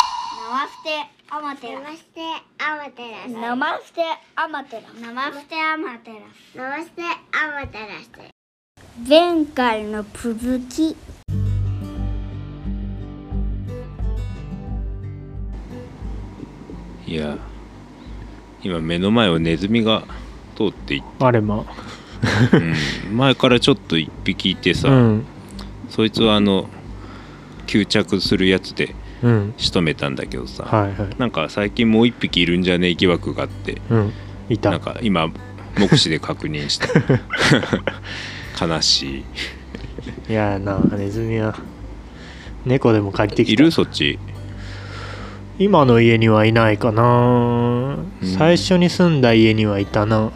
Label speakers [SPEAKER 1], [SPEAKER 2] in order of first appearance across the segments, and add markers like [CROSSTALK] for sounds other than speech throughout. [SPEAKER 1] 生ステアマテラ
[SPEAKER 2] 生してアマテラス
[SPEAKER 1] 生ステアマテラ生ステアマテラ
[SPEAKER 2] 生してアマテラス
[SPEAKER 1] 前回の続き
[SPEAKER 3] いや今目の前をネズミが通っていっ
[SPEAKER 4] あれま
[SPEAKER 3] て、うん前からちょっと一匹いてさ、
[SPEAKER 4] うん
[SPEAKER 3] そいつはあの吸着するやつで
[SPEAKER 4] うん
[SPEAKER 3] 仕留めたんだけどさ、
[SPEAKER 4] はいはい
[SPEAKER 3] なんか最近もう一匹いるんじゃねえ疑惑があって
[SPEAKER 4] うんい
[SPEAKER 3] なん
[SPEAKER 4] た
[SPEAKER 3] か今目視で確認した
[SPEAKER 4] [LAUGHS]
[SPEAKER 3] 悲し
[SPEAKER 4] いやーなネズミは猫でも借りて
[SPEAKER 3] い
[SPEAKER 4] きた
[SPEAKER 3] いるそっち
[SPEAKER 4] 今の家にはいないかな、
[SPEAKER 3] うん
[SPEAKER 4] 最初に住んだ家にはいたな、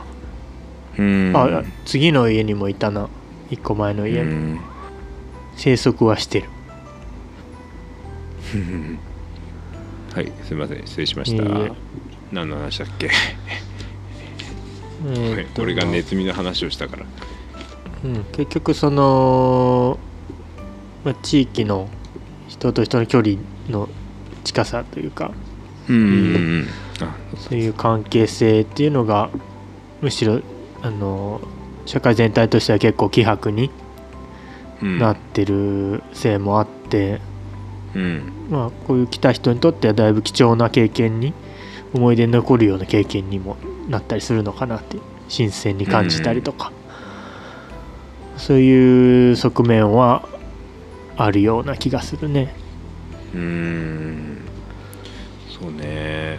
[SPEAKER 3] うん
[SPEAKER 4] あ次の家にもいたな一個前の
[SPEAKER 3] う
[SPEAKER 4] 家に、
[SPEAKER 3] ん [LAUGHS]
[SPEAKER 4] 生息はしてる
[SPEAKER 3] はいすいません失礼しました
[SPEAKER 4] いいえ
[SPEAKER 3] 何の話だっけ
[SPEAKER 4] え
[SPEAKER 3] 俺
[SPEAKER 4] ーっ
[SPEAKER 3] [LAUGHS]
[SPEAKER 4] と
[SPEAKER 3] 俺がネズミの話をしたから
[SPEAKER 4] うん、結局その、まあ、地域の人と人の距離の近さというか
[SPEAKER 3] うんうんうんあ
[SPEAKER 4] そういう関係性っていうのがむしろあの社会全体としては結構希薄に
[SPEAKER 3] うん
[SPEAKER 4] なってるせいもあって、
[SPEAKER 3] うん
[SPEAKER 4] まあ、こういう来た人にとってはだいぶ貴重な経験に思い出に残るような経験にもなったりするのかなって新鮮に感じたりとか、そういう側面はあるような気がするね
[SPEAKER 3] うんそうね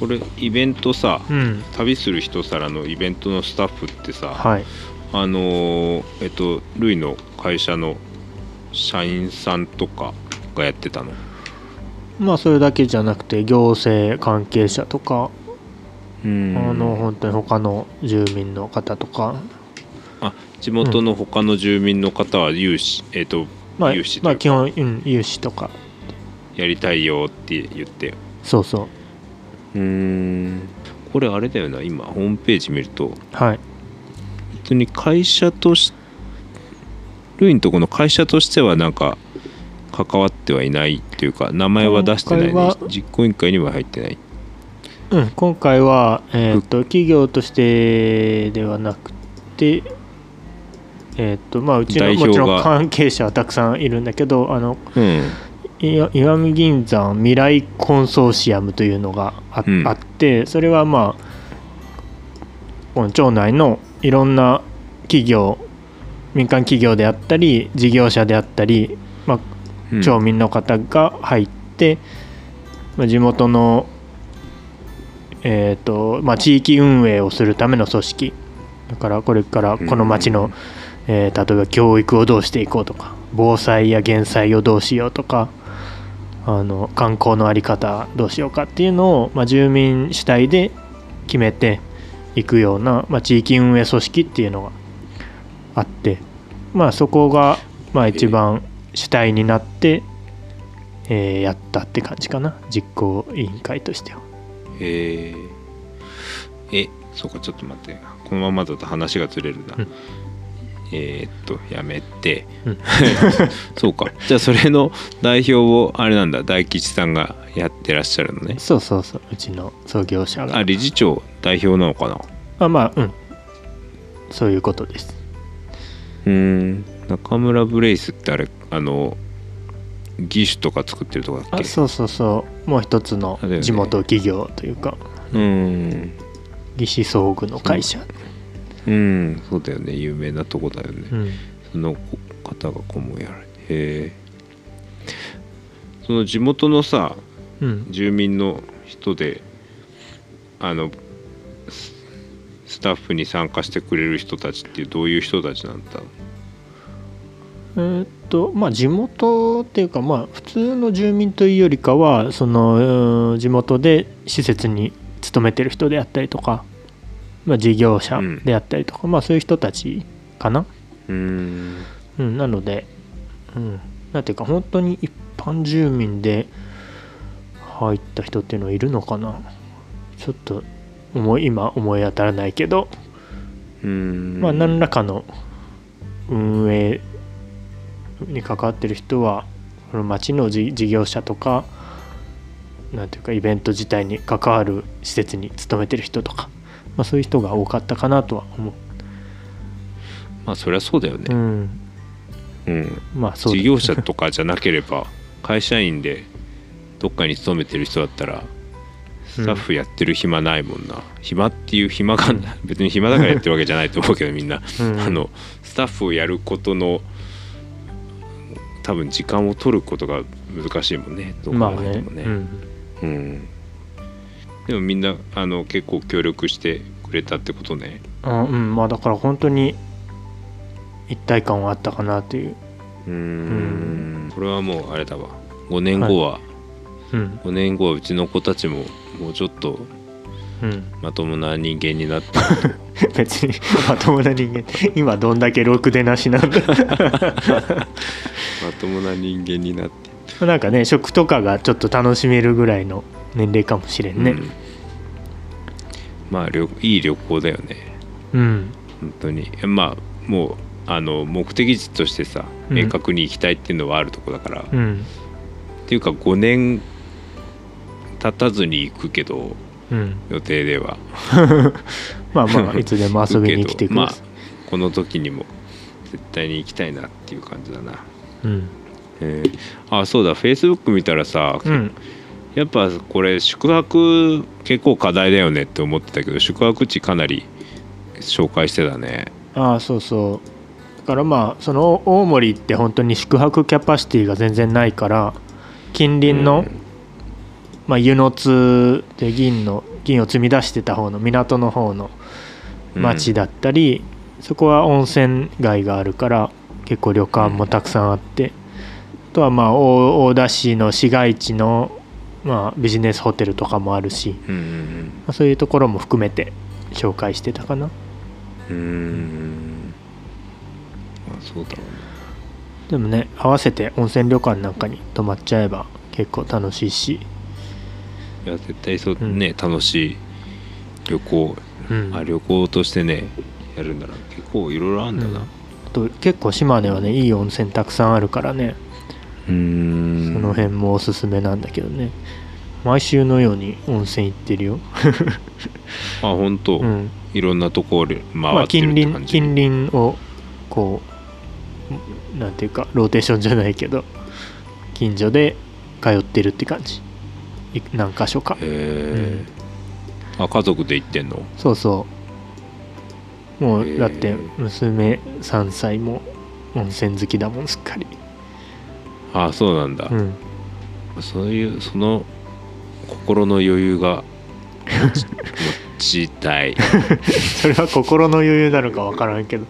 [SPEAKER 3] これイベントさ
[SPEAKER 4] うん
[SPEAKER 3] 旅する人さらのイベントのスタッフってさ、
[SPEAKER 4] はい
[SPEAKER 3] あのーえっとルイの会社の社員さんとかがやってたの
[SPEAKER 4] まあそれだけじゃなくて行政関係者とか、
[SPEAKER 3] うん
[SPEAKER 4] あの本当に他の住民の方とか、
[SPEAKER 3] あ地元の他の住民の方は有志、えっと
[SPEAKER 4] まあ
[SPEAKER 3] 有志、と
[SPEAKER 4] ま
[SPEAKER 3] い
[SPEAKER 4] あ
[SPEAKER 3] うか
[SPEAKER 4] 基本、うん、有志とか
[SPEAKER 3] やりたいよって言って
[SPEAKER 4] そうそう
[SPEAKER 3] うんこれあれだよな今ホームページ見ると
[SPEAKER 4] はい
[SPEAKER 3] 本当に会社としルイのとこの会社としてはなんか関わってはいないっていうか名前は出してない、
[SPEAKER 4] 今
[SPEAKER 3] ね
[SPEAKER 4] 回は、
[SPEAKER 3] 実行委員会には入ってない
[SPEAKER 4] うん、今回は、えー、と企業としてではなくて、えーとまあ、うちの
[SPEAKER 3] 代
[SPEAKER 4] も
[SPEAKER 3] 表
[SPEAKER 4] ち
[SPEAKER 3] が
[SPEAKER 4] ろん関係者はたくさんいるんだけどあの
[SPEAKER 3] うん
[SPEAKER 4] いわ石見銀山未来コンソーシアムというのがあ,、
[SPEAKER 3] うん
[SPEAKER 4] あってそれはまあこの町内のいろんな企業民間企業であったり事業者であったり、まあ、
[SPEAKER 3] うん
[SPEAKER 4] 町民の方が入って、まあ地元の、えーとまあ、地域運営をするための組織だからこれからこの町
[SPEAKER 3] う
[SPEAKER 4] の、
[SPEAKER 3] ん
[SPEAKER 4] えー例えば教育をどうしていこうとか防災や減災をどうしようとかあの観光の在り方どうしようかっていうのを、まあ、住民主体で決めていくような、まあ、地域運営組織っていうのがあって、まあ、そこが、まあ、一番主体になって、えーやったって感じかな実行委員会としては。
[SPEAKER 3] へええそうかちょっと待ってこのままだと話がずれるな、
[SPEAKER 4] うん
[SPEAKER 3] えーっとやめて、
[SPEAKER 4] うん
[SPEAKER 3] そうかじゃあそれの代表をあれなんだ大吉さんがやってらっしゃるのね
[SPEAKER 4] [LAUGHS] そうそうそううちの創業者が
[SPEAKER 3] あ理事長代表なのかな
[SPEAKER 4] あまあうんそういうことです
[SPEAKER 3] うーん中村ブレイスってあれあの義手とか作ってるとこだっけ
[SPEAKER 4] あそうそうそうもう一つの
[SPEAKER 3] あだよね
[SPEAKER 4] 地元企業というか
[SPEAKER 3] うーん
[SPEAKER 4] 義肢装具の会社、
[SPEAKER 3] うんそうだよね有名なとこだよね、
[SPEAKER 4] うん
[SPEAKER 3] その方が顧問やられてへえその地元のさ
[SPEAKER 4] うん、
[SPEAKER 3] 住民の人であのススタッフに参加してくれる人たちってどういう人たちなんだろ
[SPEAKER 4] えーっとまあ地元っていうかまあ普通の住民というよりかはそのうん地元で施設に勤めてる人であったりとか、まあ、事業者であったりとか、まあそういう人たちかな、
[SPEAKER 3] ううーん
[SPEAKER 4] うん、なので、うん、なんていうか本当に一般住民で入った人っていうのはいるのかなちょっと思い今思い当たらないけど、
[SPEAKER 3] うーん
[SPEAKER 4] まあ何らかの運営に関わってる人はこの町のじ事業者とかなんていうかイベント自体に関わる施設に勤めてる人とか、まあ、そういう人が多かったかなとは思う。
[SPEAKER 3] まあそりゃそうだよ
[SPEAKER 4] う
[SPEAKER 3] ね、
[SPEAKER 4] ん
[SPEAKER 3] うん、
[SPEAKER 4] まあそうだ
[SPEAKER 3] 事業者とかじゃなけれ
[SPEAKER 4] [LAUGHS]
[SPEAKER 3] ば会社員でどっかに勤めてる人だったらスタッフやってる暇ないもんな、暇っていう暇が別に暇だからやってるわけじゃないと思うけどみんな、
[SPEAKER 4] うん
[SPEAKER 3] あのスタッフをやることの多分時間を取ることが難しいもんねどう
[SPEAKER 4] まあ
[SPEAKER 3] 考え
[SPEAKER 4] ね
[SPEAKER 3] てもね,、
[SPEAKER 4] うん
[SPEAKER 3] うん、でもみんなあの結構協力してくれたってことね
[SPEAKER 4] あうんまあだから本当に一体感はあったかなという、
[SPEAKER 3] うーんこれはもうあれだわ5年後は、
[SPEAKER 4] うん
[SPEAKER 3] 5年後はうちの子たちももうちょっと
[SPEAKER 4] うん、 [LAUGHS]
[SPEAKER 3] まともな人間になって
[SPEAKER 4] 別にまともな人間今どんだけろくでなしなんだ
[SPEAKER 3] [LAUGHS] まともな人間になって
[SPEAKER 4] なんかね食とかがちょっと楽しめるぐらいの年齢かもしれんね
[SPEAKER 3] うんまあ旅いい旅行だよね
[SPEAKER 4] うん
[SPEAKER 3] 本当にえまあもうあの目的地としてさ
[SPEAKER 4] うん
[SPEAKER 3] 明確に行きたいっていうのはあるとこだから、
[SPEAKER 4] う
[SPEAKER 3] っ
[SPEAKER 4] ん
[SPEAKER 3] ていうか5年経たずに行くけど [LAUGHS]
[SPEAKER 4] うん
[SPEAKER 3] 予定では
[SPEAKER 4] まあまあいつでも遊びに来てく
[SPEAKER 3] 行
[SPEAKER 4] だ
[SPEAKER 3] く
[SPEAKER 4] さ
[SPEAKER 3] け
[SPEAKER 4] い、
[SPEAKER 3] どまあこの時にも絶対に行きたいなっていう感じだな、
[SPEAKER 4] うん
[SPEAKER 3] えーあそうだフェイスブック見たらさ、
[SPEAKER 4] うん
[SPEAKER 3] やっぱこれ宿泊結構課題だよねって思ってたけど宿泊地かなり紹介してたね
[SPEAKER 4] ああそうそうだからまあその大森って本当に宿泊キャパシティが全然ないから近隣の、
[SPEAKER 3] うん
[SPEAKER 4] まあ、湯の津で銀の銀を積み出してた方の港の方の町だったり、そこは温泉街があるから結構旅館もたくさんあって、あとはまあ大大田市の市街地の、まあ、ビジネスホテルとかもあるし、ま
[SPEAKER 3] うんうん
[SPEAKER 4] あ、そういうところも含めて紹介してたかな
[SPEAKER 3] うんうーんまあそうだろ
[SPEAKER 4] でもね合わせて温泉旅館なんかに泊まっちゃえば結構楽しいし、
[SPEAKER 3] うないや絶対そう、
[SPEAKER 4] うん
[SPEAKER 3] ね楽しい旅行、
[SPEAKER 4] うん
[SPEAKER 3] あ旅行としてねやるんだなら結構いろいろあるんだな
[SPEAKER 4] あと結構島根はねいい温泉たくさんあるからね
[SPEAKER 3] うーん
[SPEAKER 4] その辺もおすすめなんだけどね毎週のように温泉行ってるよ、
[SPEAKER 3] あ本当、
[SPEAKER 4] [LAUGHS] うん
[SPEAKER 3] いろんなところで
[SPEAKER 4] ま
[SPEAKER 3] 回
[SPEAKER 4] あ、
[SPEAKER 3] ってるっ
[SPEAKER 4] 近
[SPEAKER 3] て
[SPEAKER 4] 隣
[SPEAKER 3] 感じ、
[SPEAKER 4] 近隣をこうなんていうかローテーションじゃないけど近所で通ってるって感じい何箇所か
[SPEAKER 3] へえ、あ家族で行ってんの
[SPEAKER 4] そうそうも
[SPEAKER 3] へ
[SPEAKER 4] う
[SPEAKER 3] え
[SPEAKER 4] だって娘3歳も温泉好きだもんすっかり、
[SPEAKER 3] あそうなんだ、
[SPEAKER 4] うん、
[SPEAKER 3] そういうその心の余裕が持ちた
[SPEAKER 4] [LAUGHS]
[SPEAKER 3] い
[SPEAKER 4] それは心の余裕なのか分からんけど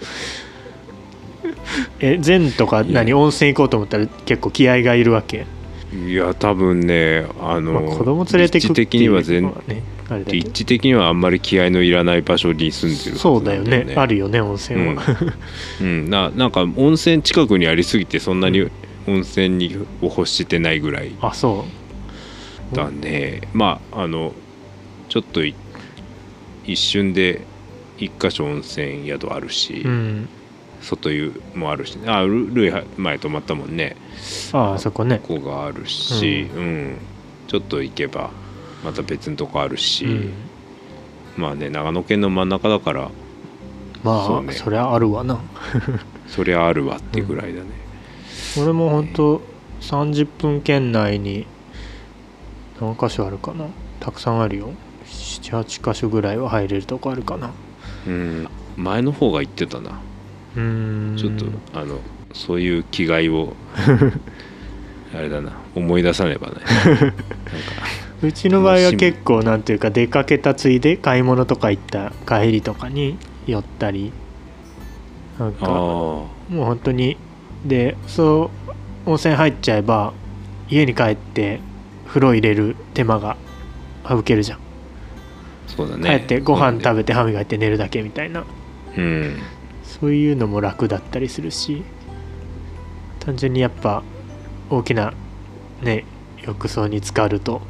[SPEAKER 4] え善とか
[SPEAKER 3] い
[SPEAKER 4] 何
[SPEAKER 3] や
[SPEAKER 4] 温泉行こうと思ったら結構気合がいるわけ、
[SPEAKER 3] いや多分ねあの、
[SPEAKER 4] まあ、子供連れて
[SPEAKER 3] 立地
[SPEAKER 4] くって
[SPEAKER 3] 的
[SPEAKER 4] い
[SPEAKER 3] に
[SPEAKER 4] うの
[SPEAKER 3] は全
[SPEAKER 4] ねあれだけ
[SPEAKER 3] 立地的にはあんまり気合のいらない場所に住んでる
[SPEAKER 4] ど
[SPEAKER 3] はず
[SPEAKER 4] そうだよねあ
[SPEAKER 3] る
[SPEAKER 4] るよね温泉は、
[SPEAKER 3] うんななんか温泉近くにありすぎてそんなに温泉にを欲してないぐらい
[SPEAKER 4] [LAUGHS] あそ
[SPEAKER 3] だねまああのちょっとい一瞬で一箇所温泉宿あるし、
[SPEAKER 4] ううん
[SPEAKER 3] 外湯もあるしあルルイは前泊まったもんね
[SPEAKER 4] ああそこね
[SPEAKER 3] ここがあるし、うんちょっと行けばまた別のとこあるし、
[SPEAKER 4] うん
[SPEAKER 3] まあね長野県の真ん中だから
[SPEAKER 4] まあ
[SPEAKER 3] そ
[SPEAKER 4] そ,、
[SPEAKER 3] うね
[SPEAKER 4] りゃあるわな
[SPEAKER 3] そりゃあるわってぐらいだね、
[SPEAKER 4] 俺も本当30分圏内に何箇所あるかなたくさんあるよ78箇所ぐらいは入れるとこあるかな
[SPEAKER 3] うん前の方が言ってたな
[SPEAKER 4] うーん
[SPEAKER 3] ちょっと、あのそういう気概を
[SPEAKER 4] [LAUGHS]
[SPEAKER 3] あれだな思い出さねばねなんか
[SPEAKER 4] うちの場合は結構なんていうか出かけたついで買い物とか行った帰りとかに寄ったりなん
[SPEAKER 3] あ
[SPEAKER 4] かも
[SPEAKER 3] ー
[SPEAKER 4] う本当にでそう温泉入っちゃえば家に帰って風呂入れる手間が省けるじゃん、
[SPEAKER 3] そうだ
[SPEAKER 4] 帰
[SPEAKER 3] ね
[SPEAKER 4] ってご飯食べ
[SPEAKER 3] て
[SPEAKER 4] て歯磨いて寝るだけみたいな
[SPEAKER 3] うん
[SPEAKER 4] そういうのも楽だったりするし単純にやっぱ大きなね浴槽に浸かると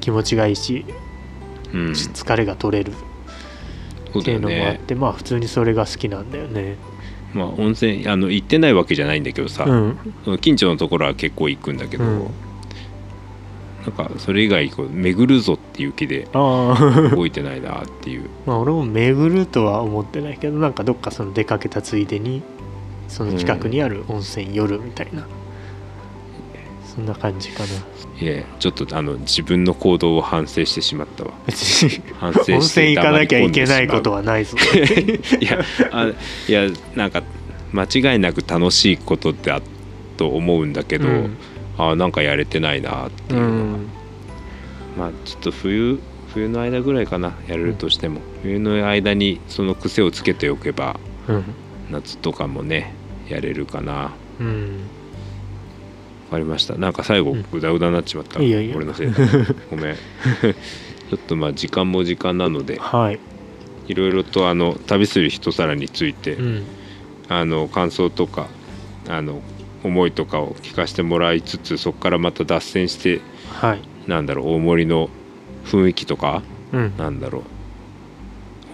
[SPEAKER 4] 気持ちがいいし
[SPEAKER 3] うんそ
[SPEAKER 4] 疲れが取れる
[SPEAKER 3] う
[SPEAKER 4] っ
[SPEAKER 3] だ
[SPEAKER 4] てい
[SPEAKER 3] よ
[SPEAKER 4] うのもあっ
[SPEAKER 3] ね
[SPEAKER 4] て、まあ普通にそれが好きなんだよね。
[SPEAKER 3] まあ温泉あの行ってないわけじゃないんだけどさ、
[SPEAKER 4] うん、
[SPEAKER 3] その近所のところは結構行くんだけど、
[SPEAKER 4] うん
[SPEAKER 3] なんかそれ以外こう巡るぞっていう気で
[SPEAKER 4] ああ
[SPEAKER 3] 動いてないなっていう
[SPEAKER 4] [LAUGHS] まあ俺も巡るとは思ってないけどなんかどっかその出かけたついでにその近くにある温泉寄るみたいな、そんな感じか
[SPEAKER 3] [LAUGHS]
[SPEAKER 4] な
[SPEAKER 3] いえちょっとあの自分の行動を反省してしまったわ
[SPEAKER 4] 別に
[SPEAKER 3] 反省して
[SPEAKER 4] [LAUGHS] 温泉行かなきゃいけないこと
[SPEAKER 3] は
[SPEAKER 4] はない
[SPEAKER 3] [LAUGHS]
[SPEAKER 4] ぞ
[SPEAKER 3] いやあいやなんか間違いなく楽しいことだと思うんだけど、
[SPEAKER 4] うん
[SPEAKER 3] あなんかやれてないなっていううのが、
[SPEAKER 4] ん
[SPEAKER 3] まあちょっと冬冬の間ぐらいかなやれるとしても、冬の間にその癖をつけておけば
[SPEAKER 4] うん
[SPEAKER 3] 夏とかもねやれるかなわ
[SPEAKER 4] うん
[SPEAKER 3] かりましたなんか最後
[SPEAKER 4] うん
[SPEAKER 3] グダグダになっちまった、
[SPEAKER 4] いいよいいよ
[SPEAKER 3] 俺のせ
[SPEAKER 4] [LAUGHS]
[SPEAKER 3] いだごめん [LAUGHS] ちょっとまあ時間も時間なので
[SPEAKER 4] はい、
[SPEAKER 3] いろいろとあの旅する一皿について、
[SPEAKER 4] うん、
[SPEAKER 3] あの感想とかあの思いとかを聞かせてもらいつつそこからまた脱線して
[SPEAKER 4] はい
[SPEAKER 3] なんだろう大森の雰囲気とか
[SPEAKER 4] うん
[SPEAKER 3] なんだろ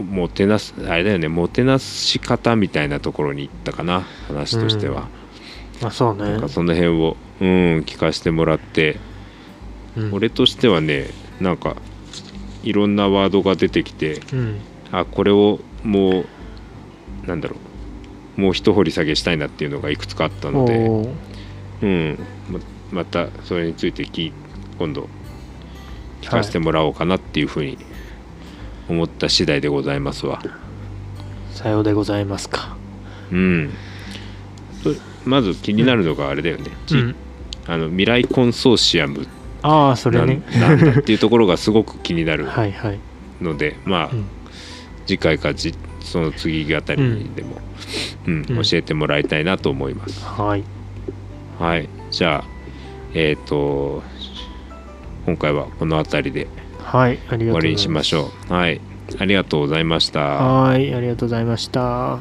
[SPEAKER 3] うもてなすあれだよねもてなし方みたいなところに行ったかな話としては、
[SPEAKER 4] まあそう
[SPEAKER 3] なん
[SPEAKER 4] ね
[SPEAKER 3] かその辺をうん聞かせてもらって、
[SPEAKER 4] うん
[SPEAKER 3] 俺としてはねなんかいろんなワードが出てきて
[SPEAKER 4] うん
[SPEAKER 3] あこれをもうなんだろうもう一掘り下げしたいなっていうのがいくつかあったので、
[SPEAKER 4] おー
[SPEAKER 3] うん、ままたそれについてき今度聞かせてもらおうかなっていうふうに思った次第でございますわ。
[SPEAKER 4] さようでございますか
[SPEAKER 3] うん、とまず気になるのがあれだよね、じ
[SPEAKER 4] うん
[SPEAKER 3] あの未来コンソーシアム
[SPEAKER 4] ああそれ
[SPEAKER 3] なん,、
[SPEAKER 4] ね
[SPEAKER 3] なんだっていうところがすごく気になる
[SPEAKER 4] はいはい
[SPEAKER 3] ので、まあ、
[SPEAKER 4] うん
[SPEAKER 3] 次回かじその次あたりにでも、うん
[SPEAKER 4] うん
[SPEAKER 3] 教えてもらいたいなと思います。
[SPEAKER 4] はい
[SPEAKER 3] はい、じゃあえっ、と今回はこの辺りで
[SPEAKER 4] はいあ
[SPEAKER 3] 終
[SPEAKER 4] りがとうございます
[SPEAKER 3] わりにしましょう。はい、ありがとうございました。
[SPEAKER 4] はいありがとうございました